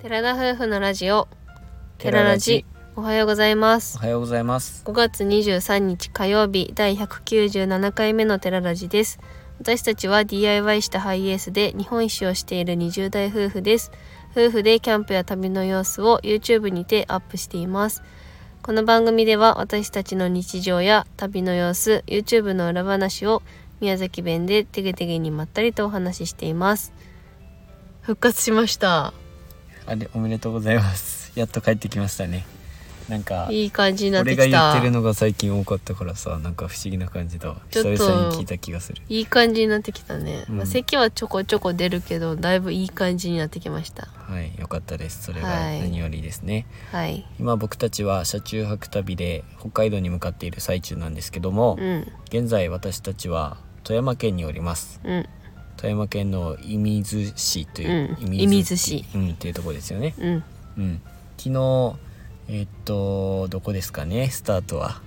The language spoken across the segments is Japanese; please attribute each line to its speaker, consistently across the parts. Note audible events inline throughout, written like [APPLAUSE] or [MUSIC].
Speaker 1: 寺田夫婦のラジオ
Speaker 2: テララジ
Speaker 1: おはようございま
Speaker 2: お
Speaker 1: す
Speaker 2: はようございます
Speaker 1: 5月23日火曜日第197回目の寺ラジです私たちは DIY したハイエースで日本一周をしている20代夫婦です夫婦でキャンプや旅の様子を YouTube にてアップしていますこの番組では私たちの日常や旅の様子 YouTube の裏話を宮崎弁でてげてげにまったりとお話ししています復活しました
Speaker 2: あれおめでとうございます [LAUGHS] やっと帰ってきましたねなんか
Speaker 1: いい感じになって
Speaker 2: 俺が
Speaker 1: き
Speaker 2: 言ったてるのが最近多かったからさなんか不思議な感じだわ
Speaker 1: ちょっ
Speaker 2: 久
Speaker 1: と
Speaker 2: 々に聞いた気がする
Speaker 1: いい感じになってきたね、
Speaker 2: うん
Speaker 1: まあ咳はちょこちょこ出るけどだいぶいい感じになってきました
Speaker 2: はい良かったですそれが
Speaker 1: はい
Speaker 2: 何よりですね、
Speaker 1: はい
Speaker 2: 今僕たちは車中泊旅で北海道に向かっている最中なんですけども、
Speaker 1: うん
Speaker 2: 現在私たちは富山県におります
Speaker 1: うん
Speaker 2: 富山県の射水市という、
Speaker 1: うん射水市
Speaker 2: うん、っていうところですよね
Speaker 1: うん
Speaker 2: うん、昨日えっとどこですかねスタートは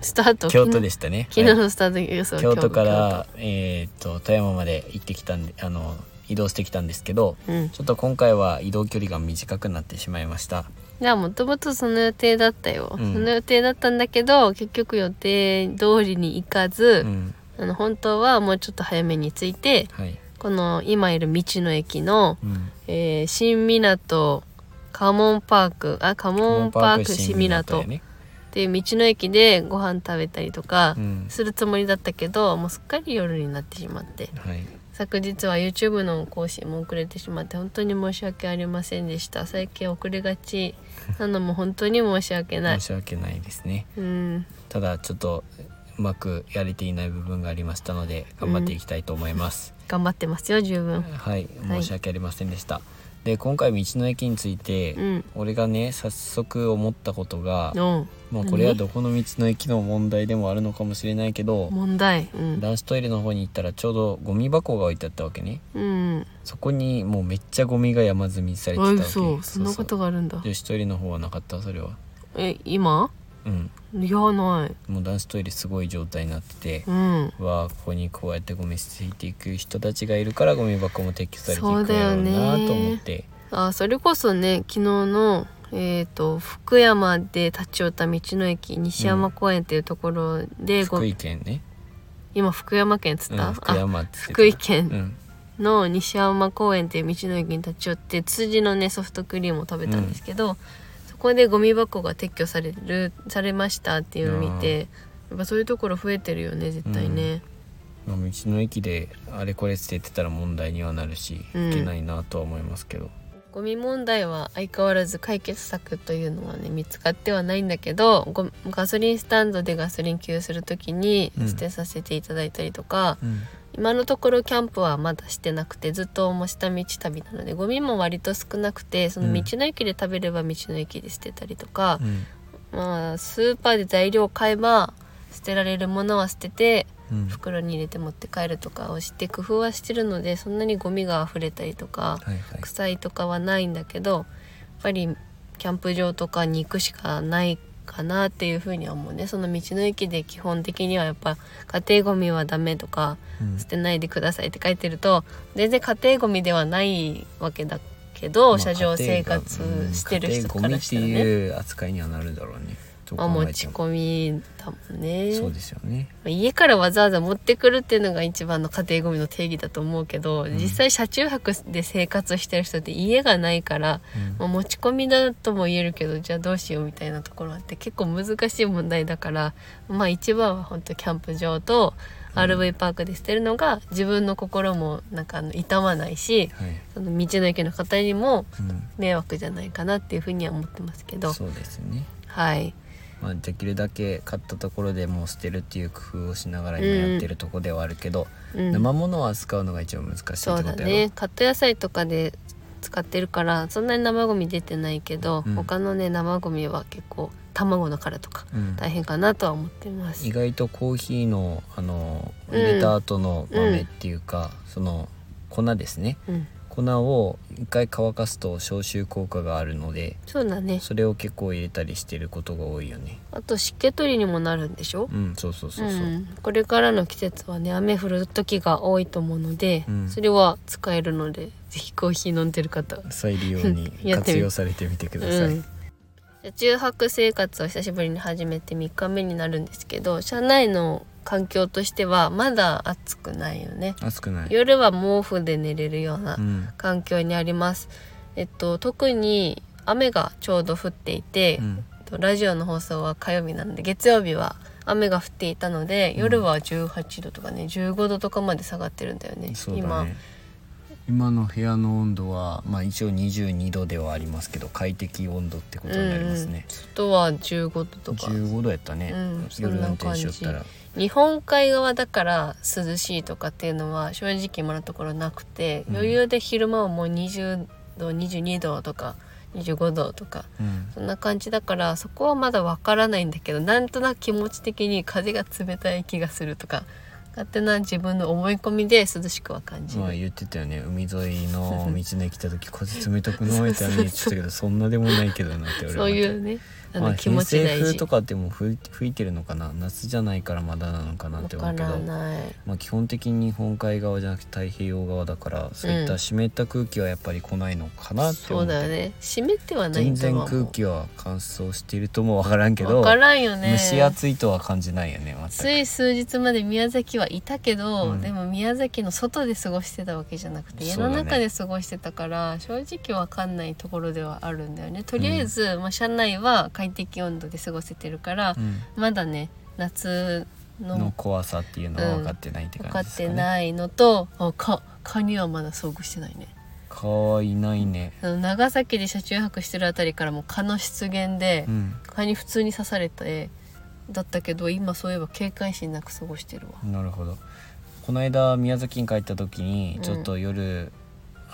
Speaker 1: スタート
Speaker 2: 京都ですしたね
Speaker 1: 昨日
Speaker 2: はい
Speaker 1: のスタート、はい、そう
Speaker 2: 京都からえっと富山まで行ってきたんであの移動してきたんですけど
Speaker 1: 京都うん
Speaker 2: ちょっと今回は移動距離が短くなってしまいました
Speaker 1: じゃあもともとその予定だったよ、
Speaker 2: うん
Speaker 1: その予定だったんだけど結局予定通りに行か
Speaker 2: う
Speaker 1: ず、
Speaker 2: ん
Speaker 1: あの本当はもうちょっと早めに着いて
Speaker 2: はい、
Speaker 1: この今いる道の駅の、
Speaker 2: うん、
Speaker 1: えー新港カモンパークあカモンパーク新港
Speaker 2: やね
Speaker 1: っていう道の駅でご飯食べたりとか
Speaker 2: うん
Speaker 1: するつもりだったけど、もうすっかり夜になってしまって
Speaker 2: はい
Speaker 1: 昨日は YouTube の更新も遅れてしまって本当に申し訳ありませんでした最近遅れがちなのも本当に申し訳ない
Speaker 2: 申し訳ないですね
Speaker 1: うん
Speaker 2: ただちょっとうまくやれていない部分がありましたので頑張っていきたいと思います、
Speaker 1: 頑張ってますよ十分
Speaker 2: はい
Speaker 1: はい
Speaker 2: 申し訳ありませんでした、で今回道の駅について、
Speaker 1: うん
Speaker 2: 俺がね早速思ったことが、
Speaker 1: の
Speaker 2: まあ、これは
Speaker 1: 何
Speaker 2: どこの道の駅の問題でもあるのかもしれないけど、
Speaker 1: 問題うん、
Speaker 2: 男子トイレの方に行ったらちょうどゴミ箱が置いてあったわけね
Speaker 1: うん、
Speaker 2: そこにもうめっちゃゴミが山積みされてた
Speaker 1: あ
Speaker 2: わけ
Speaker 1: 嘘そんなこと
Speaker 2: が
Speaker 1: があるんだ
Speaker 2: 女子トイレの方はなかったそれは
Speaker 1: え今
Speaker 2: うん
Speaker 1: いやない
Speaker 2: もう男子トイレすごい状態になってて、
Speaker 1: うん
Speaker 2: うわあここにこうやってゴミ捨てていく人たちがいるからゴミ箱も撤去されていくんだろうなと思って
Speaker 1: あそれこそね昨日の、えー、と福山で立ち寄った道の駅西山公園っていうところで、ご
Speaker 2: 福井県ね
Speaker 1: 今福山県っつった、
Speaker 2: うん、福
Speaker 1: あ
Speaker 2: 山って言ってた
Speaker 1: 福井県
Speaker 2: うん
Speaker 1: の西山公園っていう道の駅に立ち寄って辻のねソフトクリームを食べたんですけど、そこでゴミ箱が撤去されるされましたっていうのを見てやっぱそういうところ増えてるよね絶対ね。
Speaker 2: まあ道の駅であれこれ捨ててたら問題にはなるし、
Speaker 1: うん
Speaker 2: いけないなとは思いますけど
Speaker 1: ゴミ問題は相変わらず解決策というのはね見つかってはないんだけどごガソリンスタンドでガソリン給油する時に
Speaker 2: うん
Speaker 1: 捨てさせていただいたりとか、
Speaker 2: うん
Speaker 1: 今のところキャンプはまだしてなくてずっともう下道旅なのでゴミも割と少なくてその道の駅で食べれば道の駅で捨てたりとか、まあスーパーで材料を買えば捨てられるものは捨てて
Speaker 2: うん
Speaker 1: 袋に入れて持って帰るとかをして工夫はしてるのでそんなにゴミが溢れたりとか。
Speaker 2: はいはい
Speaker 1: 臭いとかはないんだけどやっぱりキャンプ場とかに行くしかないかなっていうふうには思うねその道の駅で基本的にはやっぱ家庭ゴミはダメとか
Speaker 2: うん
Speaker 1: 捨てないでくださいって書いてると全然家庭ゴミではないわけだけ
Speaker 2: ま
Speaker 1: ど
Speaker 2: あ
Speaker 1: 車上生
Speaker 2: 家庭がう
Speaker 1: 活
Speaker 2: ん
Speaker 1: してる人
Speaker 2: 家
Speaker 1: か
Speaker 2: 庭ゴミ
Speaker 1: ら
Speaker 2: っ
Speaker 1: してたらね。
Speaker 2: いう扱いにはなるだろうねどう
Speaker 1: まあ、
Speaker 2: 考え
Speaker 1: 持
Speaker 2: て
Speaker 1: ち
Speaker 2: も
Speaker 1: 込みだもんね
Speaker 2: そうですよね
Speaker 1: まあ家からわざわざ持ってくるっていうのが一番の家庭ゴミの定義だと思うけど、
Speaker 2: ん
Speaker 1: 実際車中泊で生活してる人って家がないから、まあ持ち込みだとも言えるけどじゃあどうしようみたいなところあって結構難しい問題だからまあ一番は本当キャンプ場と RV パークで捨てるのが自分の心もなんかあの痛まないし
Speaker 2: はい、
Speaker 1: その道の駅の方にも
Speaker 2: うん、
Speaker 1: 迷惑じゃないかなっていうふうには思ってますけど
Speaker 2: そうですね
Speaker 1: はい
Speaker 2: まあ、できるだけ買ったところでもう捨てるっていう工夫をしながら今やってるとこではあるけど、
Speaker 1: うん
Speaker 2: 生物を扱うのが一番難しいってこと
Speaker 1: そ
Speaker 2: やろ
Speaker 1: うだねカット野菜とかで使ってるからそんなに生ゴミ出てないけど、
Speaker 2: うん
Speaker 1: 他のね生ゴミは結構卵の殻とか
Speaker 2: うん
Speaker 1: 大変かなとは思ってます
Speaker 2: 意外とコーヒーのあの
Speaker 1: うん
Speaker 2: 入れた後の豆っていうか、その粉ですね
Speaker 1: うん
Speaker 2: 粉を一回乾かすと消臭効果があるので
Speaker 1: そうだね
Speaker 2: それを結構入れたりしてることが多いよね
Speaker 1: あと湿気取りにもなるんでしょ
Speaker 2: うんそうそうそうそう、
Speaker 1: ん、これからの季節はね雨降る時が多いと思うので、
Speaker 2: うん
Speaker 1: それは使えるのでぜひコーヒー飲んでる方
Speaker 2: 再利用に
Speaker 1: [LAUGHS] やってみ
Speaker 2: 活用されてみてください、
Speaker 1: うん住泊生活を久しぶりに始めて3日目になるんですけど車内の環境としてはまだ暑くないよね
Speaker 2: 暑くない、
Speaker 1: 夜は毛布で寝れるような
Speaker 2: うん
Speaker 1: 環境にあります、えっと特に雨がちょうど降っていて、
Speaker 2: うん、
Speaker 1: ラジオの放送は火曜日なんで月曜日は雨が降っていたので
Speaker 2: うん
Speaker 1: 夜は18度とかね15度とかまで下がってるんだよね
Speaker 2: そうだ
Speaker 1: 今
Speaker 2: ね今の部屋の温度は、まあ、一応22度ではありますけど快適温度ってことになりますね、
Speaker 1: 外は15度とか
Speaker 2: 15度やったね、
Speaker 1: うんそん
Speaker 2: 夜
Speaker 1: な
Speaker 2: 運
Speaker 1: 感じ
Speaker 2: 転しよったら
Speaker 1: 日本海側だから涼しいとかっていうのは正直今のところなくて、
Speaker 2: うん
Speaker 1: 余裕で昼間はもう20度22度とか25度とか
Speaker 2: うん
Speaker 1: そんな感じだからそこはまだわからないんだけどなんとなく気持ち的に風が冷たい気がするとか勝手な自分の思い込みで涼しくは感じる、
Speaker 2: まあ言ってたよね海沿
Speaker 1: [LAUGHS]
Speaker 2: いの道で来た時風冷たくないって言ってたけどそんなでもないけどなって俺は
Speaker 1: そういうねあ
Speaker 2: ま
Speaker 1: の
Speaker 2: あ
Speaker 1: 気持ち
Speaker 2: 偏
Speaker 1: 大
Speaker 2: 西風
Speaker 1: 事
Speaker 2: とかってもう吹い吹いてるのかな夏じゃないからまだなのかなっ
Speaker 1: わ
Speaker 2: て思
Speaker 1: か
Speaker 2: うけ
Speaker 1: ら
Speaker 2: ど、
Speaker 1: ない
Speaker 2: まあ、基本的に日本海側じゃなくて太平洋側だからそういった湿った空気はやっぱり来ないのかなって
Speaker 1: そ
Speaker 2: 思
Speaker 1: う
Speaker 2: って、
Speaker 1: だよね湿ってはない
Speaker 2: 全
Speaker 1: んだ
Speaker 2: 然
Speaker 1: わ
Speaker 2: 空気は乾燥しているともわからんけど
Speaker 1: わからんよね
Speaker 2: 蒸し暑いとは感じないよね全く
Speaker 1: つい数日まで宮崎はいたけど、
Speaker 2: うん
Speaker 1: でも宮崎の外で過ごしてたわけじゃなくて家
Speaker 2: そうだ
Speaker 1: の
Speaker 2: ね
Speaker 1: 中で過ごしてたから、正直わかんないところではあるんだよねとりあえず、まあ、車内は快適温度で過ごせてるから
Speaker 2: う、ん
Speaker 1: まだね夏
Speaker 2: の
Speaker 1: の
Speaker 2: 怖さっていうのは分かってないって
Speaker 1: 分か
Speaker 2: 感じで
Speaker 1: っ
Speaker 2: すかね
Speaker 1: て、ないのとあか蚊にはまだ遭遇してないね
Speaker 2: かわいないね
Speaker 1: あの長崎で車中泊してるあたりからもう蚊の出現で、
Speaker 2: うん
Speaker 1: 蚊に普通に刺されてだったけど今そういえば警戒心なく過ごしてるわ。
Speaker 2: なるほどこの間宮崎に帰った時に
Speaker 1: うん
Speaker 2: ちょっと夜、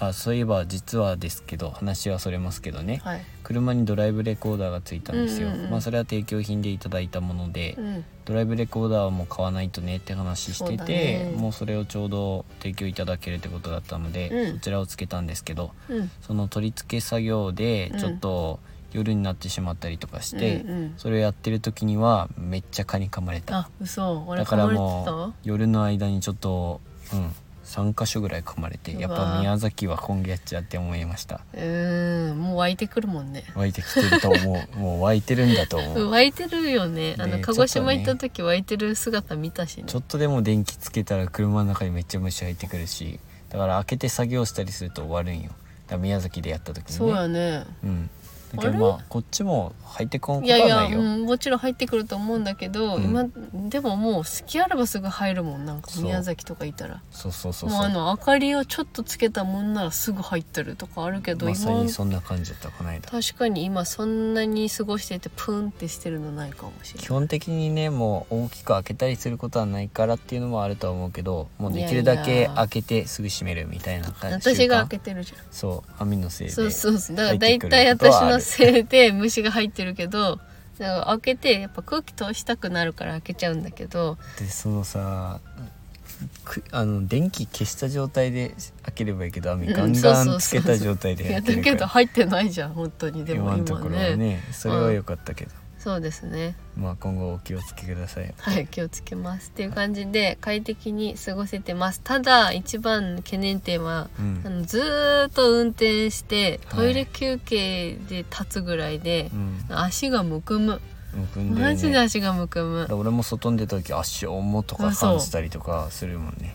Speaker 2: あそういえば実はですけど話はそれますけどね
Speaker 1: はい、
Speaker 2: 車にドライブレコーダーがついたんですよ、
Speaker 1: うんうんうん
Speaker 2: まあそれは提供品でいただいたもので、
Speaker 1: うん
Speaker 2: ドライブレコーダーはもう買わないとねって話し
Speaker 1: そ
Speaker 2: て
Speaker 1: うだ
Speaker 2: て
Speaker 1: ね
Speaker 2: もうそれをちょうど提供いただけるってことだったので、
Speaker 1: うん
Speaker 2: そちらをつけたんですけど
Speaker 1: うん
Speaker 2: その取り付け作業で
Speaker 1: うん
Speaker 2: ちょっと夜になってしまったりとかして、
Speaker 1: うんうん、
Speaker 2: それをやってる時にはめっちゃ蚊に噛まれた
Speaker 1: あ嘘俺
Speaker 2: だ
Speaker 1: 噛
Speaker 2: から
Speaker 1: まれて
Speaker 2: もう夜の間にちょっとうん3箇所ぐらい噛まれて
Speaker 1: うわ
Speaker 2: やっぱ宮崎は今月やっちゃって思いました
Speaker 1: たうーんもう湧いてくるもんね
Speaker 2: 湧いてきてると思
Speaker 1: [LAUGHS]
Speaker 2: うもう湧いてるんだと思う
Speaker 1: 湧いてるよねあの
Speaker 2: ね
Speaker 1: 鹿児島行
Speaker 2: ちょっ
Speaker 1: っ
Speaker 2: とね
Speaker 1: た時湧いてる姿見たしね
Speaker 2: ちょっとでも電気つけたら車の中にめっちゃ虫入ってくるしだから開けて作業したりすると悪いんよだから宮崎でやった時にね
Speaker 1: そうやね
Speaker 2: うんだけどまあこっちも入ってこんこ
Speaker 1: い
Speaker 2: と
Speaker 1: や
Speaker 2: はい
Speaker 1: や、
Speaker 2: ないよ
Speaker 1: うん、もちろん入ってくると思うんだけど、
Speaker 2: うん
Speaker 1: 今でももう隙あればすぐ入るもんなんか
Speaker 2: そう
Speaker 1: 宮崎とかいたら
Speaker 2: そうそうそう
Speaker 1: もう
Speaker 2: そ
Speaker 1: あ
Speaker 2: う
Speaker 1: の明かりをちょっとつけたもんならすぐ入ってるとかあるけど、
Speaker 2: まさ
Speaker 1: 今
Speaker 2: にそんな感じだったこの間
Speaker 1: 確かに今そんなに過ごしててプンってしてるのないかもしれ
Speaker 2: 基
Speaker 1: ない
Speaker 2: 本的にねもう大きく開けたりすることはないからっていうのもあるとは思うけどもうできるだ
Speaker 1: いやい
Speaker 2: け
Speaker 1: や
Speaker 2: 開けてすぐ閉めるみたいな感じ
Speaker 1: 私が開けてるじゃん
Speaker 2: そう網のせいで
Speaker 1: そうそうそうだから
Speaker 2: 入
Speaker 1: 大
Speaker 2: ってくる
Speaker 1: 体
Speaker 2: ことは
Speaker 1: 私
Speaker 2: ある
Speaker 1: のせいで虫が入ってるけどなんか開けてやっぱ空気通したくなるから開けちゃうんだけど
Speaker 2: でそのさくあの電気消した状態で開ければいいけど網
Speaker 1: うん
Speaker 2: ガンガ
Speaker 1: そうそ
Speaker 2: ン
Speaker 1: う
Speaker 2: つ
Speaker 1: そう
Speaker 2: けた状態で
Speaker 1: いや
Speaker 2: 開
Speaker 1: だ
Speaker 2: け
Speaker 1: け
Speaker 2: る
Speaker 1: ど
Speaker 2: から
Speaker 1: 入ってないじゃん本当にでも
Speaker 2: 今のと
Speaker 1: 今
Speaker 2: ころは
Speaker 1: ね
Speaker 2: ねそれは良かったけど、
Speaker 1: そうですね
Speaker 2: まあ今後お気をつけください
Speaker 1: はい気をつけますっていう感じで快適に過ごせてますただ一番の懸念点は
Speaker 2: うん
Speaker 1: あ、のずーっと運転して
Speaker 2: はい
Speaker 1: トイレ休憩で立つぐらいで
Speaker 2: う、ん、
Speaker 1: 足がむくむ
Speaker 2: 僕んで、ね、
Speaker 1: マジで足がむくむ
Speaker 2: だから俺も外に出た時足重とか感じたりとかするもんね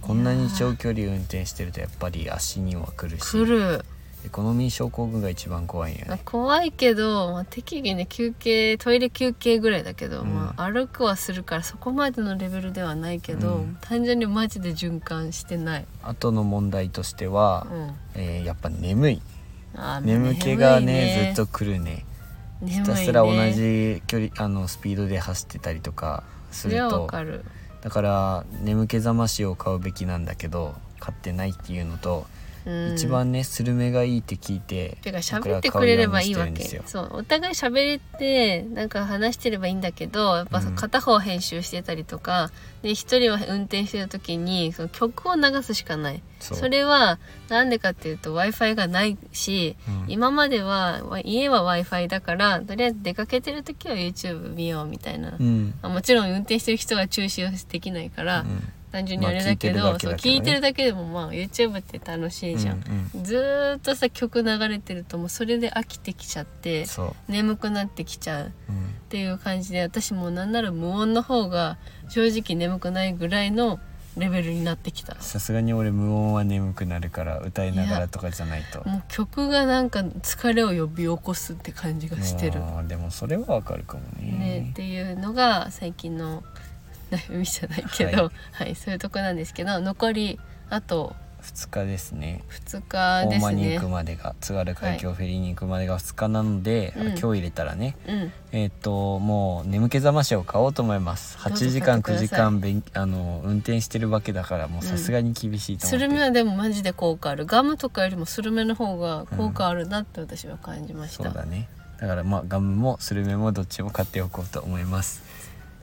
Speaker 2: こんなに長距離運転してるとやっぱり足には来るし
Speaker 1: くる
Speaker 2: エコノミー症候群が一番怖いんよ
Speaker 1: まあ
Speaker 2: ね
Speaker 1: 怖いけど、まあ、適宜ね休憩トイレ休憩ぐらいだけど、
Speaker 2: うん
Speaker 1: まあ、歩くはするからそこまでのレベルではないけど、
Speaker 2: うん
Speaker 1: 単純にマジで循環してない、
Speaker 2: あとの問題としては
Speaker 1: う、ん、
Speaker 2: えーやっぱ眠い
Speaker 1: あー
Speaker 2: 眠気がねずっ
Speaker 1: っ
Speaker 2: と来るね
Speaker 1: と
Speaker 2: ひ
Speaker 1: ひ
Speaker 2: たすら同じ距離あのスピードで走ってたりとかす
Speaker 1: それ
Speaker 2: る
Speaker 1: はわ
Speaker 2: と
Speaker 1: かる
Speaker 2: だから眠気覚ましを買うべきなんだけど買ってないっていうのと、
Speaker 1: うん
Speaker 2: 一番ねスルメがいいって聞いて
Speaker 1: てか喋ってくれればいいわ
Speaker 2: 僕
Speaker 1: け
Speaker 2: らは買うようにしてるんですよ
Speaker 1: そうお互い喋れてなんか話してればいいんだけどやっぱさ
Speaker 2: うん
Speaker 1: 片方編集してたりとか、で一人は運転してる時にその曲を流すしかない
Speaker 2: そ
Speaker 1: それはなんでかっていうと w i f i がないし
Speaker 2: うん
Speaker 1: 今まではわ家は w i f i だからとりあえず出かけてる時は YouTube 見ようみたいな、
Speaker 2: うん
Speaker 1: あもちろん運転してる人は注視はできないから、
Speaker 2: うん
Speaker 1: 単純にあれだけど,、
Speaker 2: まあ聞いて
Speaker 1: そう聞いてる
Speaker 2: るだけだけどね
Speaker 1: だけでもまあ YouTube って楽しいじゃん、
Speaker 2: うん
Speaker 1: ずーっとさ曲流れてるともうそれで飽きてきちゃっ
Speaker 2: う
Speaker 1: て
Speaker 2: ん、そう、
Speaker 1: 眠くなってきちゃうっ
Speaker 2: うん、
Speaker 1: ていう感じで私もうなんなら無音の方が正直眠くないぐらいのレベルになってきた
Speaker 2: さすがに俺無音は眠くなるから歌いながらとかじゃないと
Speaker 1: もう曲がなんか疲れを呼び起こすって感じがしてる、
Speaker 2: あーでもそれはわかるかも
Speaker 1: ね、
Speaker 2: ね
Speaker 1: っていうのが最近の悩みじゃないけど、はいそういうとこなんですけど残りあと
Speaker 2: 2日ですね
Speaker 1: 2日
Speaker 2: 大
Speaker 1: で
Speaker 2: 間
Speaker 1: す
Speaker 2: に
Speaker 1: ね
Speaker 2: 行く。までが津軽海峡フェリーに行くまでが2日なので、
Speaker 1: うん
Speaker 2: あ今日入れたらね
Speaker 1: うん、
Speaker 2: えっ、ともう眠気覚ましを買おうと思います
Speaker 1: どうぞ
Speaker 2: 8時間
Speaker 1: 買
Speaker 2: 9
Speaker 1: って
Speaker 2: 時
Speaker 1: ください
Speaker 2: 間べんあの運転してるわけだからもうさすがに厳しいと思
Speaker 1: ス
Speaker 2: って、
Speaker 1: ルメはでもマジで効果あるガムとかよりもスルメの方が効果あるなって私は感じまし
Speaker 2: そ
Speaker 1: た、
Speaker 2: うだねだからまあガムもスルメもどっちも買っておこうと思います、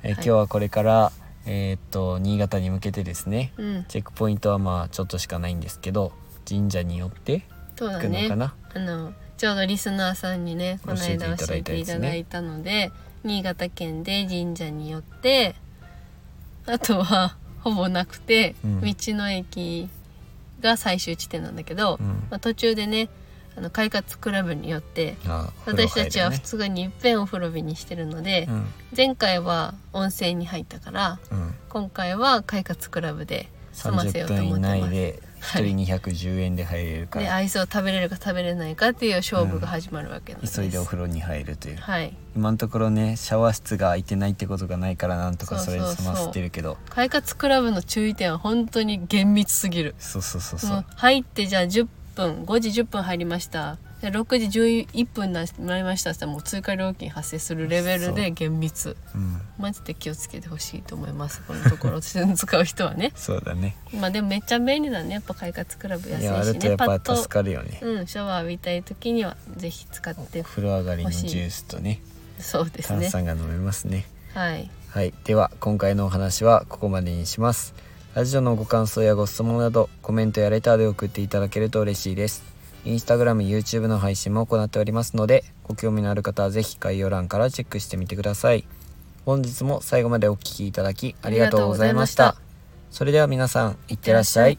Speaker 2: えー
Speaker 1: はい
Speaker 2: 今日はこれからえーっと新潟に向けてですね
Speaker 1: うん
Speaker 2: チェックポイントはまあちょっとしかないんですけど神社によって
Speaker 1: そう
Speaker 2: 行
Speaker 1: だ
Speaker 2: くの
Speaker 1: ね
Speaker 2: かな、
Speaker 1: あのちょうどリスナーさんにねこの間教
Speaker 2: 教
Speaker 1: え
Speaker 2: え
Speaker 1: て
Speaker 2: て
Speaker 1: い
Speaker 2: い
Speaker 1: た
Speaker 2: た
Speaker 1: だ
Speaker 2: だ
Speaker 1: い
Speaker 2: い
Speaker 1: たので新潟県で神社によってあとはほぼなくて、
Speaker 2: うん
Speaker 1: 道の駅が最終地点なんだけど、
Speaker 2: うん
Speaker 1: まあ、途中でねあの快活クラブによって
Speaker 2: あー
Speaker 1: 私たちは普
Speaker 2: 風呂入る
Speaker 1: 通
Speaker 2: ね
Speaker 1: にいっぺんお風呂日にしてるので、前回は温泉に入ったから
Speaker 2: うんうん
Speaker 1: 今回は快活クラブで済ませよ
Speaker 2: 30
Speaker 1: うと思
Speaker 2: 分
Speaker 1: って
Speaker 2: 以
Speaker 1: ます
Speaker 2: 内。で
Speaker 1: はい
Speaker 2: 1人210円で入れるか
Speaker 1: で
Speaker 2: ら、
Speaker 1: アイスを食べれるか食べれないかっていう勝負が始まるわけなんです。
Speaker 2: 急いでお風呂に入るという
Speaker 1: はい。
Speaker 2: 今のところねシャワー室が空いてないってことがないからなんとかそれで済ませてるけど
Speaker 1: 快活クラブの注意点は本当に厳密すぎる。
Speaker 2: そうそうそう
Speaker 1: も
Speaker 2: そう
Speaker 1: う入ってじゃあ10分5時10分入りましたで6時11分になりましたってもう追加料金発生するレベルで厳密
Speaker 2: うん、
Speaker 1: マジで気をつけてほしいと思いますこのところ [LAUGHS] 使う人はね
Speaker 2: そうだね
Speaker 1: まあでもめっちゃ便利だねやっぱ快活クラブ安い
Speaker 2: いやあ
Speaker 1: し
Speaker 2: ると
Speaker 1: ね
Speaker 2: やっ
Speaker 1: パッ
Speaker 2: ぱ
Speaker 1: と
Speaker 2: 助、かるよね
Speaker 1: うん、シャワー浴びたい時にはぜひ使って
Speaker 2: 風呂上がりのジュースとね
Speaker 1: そうです
Speaker 2: 炭
Speaker 1: ね
Speaker 2: 酸が飲めますね
Speaker 1: はい
Speaker 2: はいでは今回のお話はここまでにしますラジオのご感想やご質問などコメントやレターで送っていただけると嬉しいですインスタグラム YouTube の配信も行っておりますのでご興味のある方はぜひ概要欄からチェックしてみてください本日も最後までお聴きいただきありがとうございました
Speaker 1: ありがとうござい
Speaker 2: それでは皆さんいってらっしゃい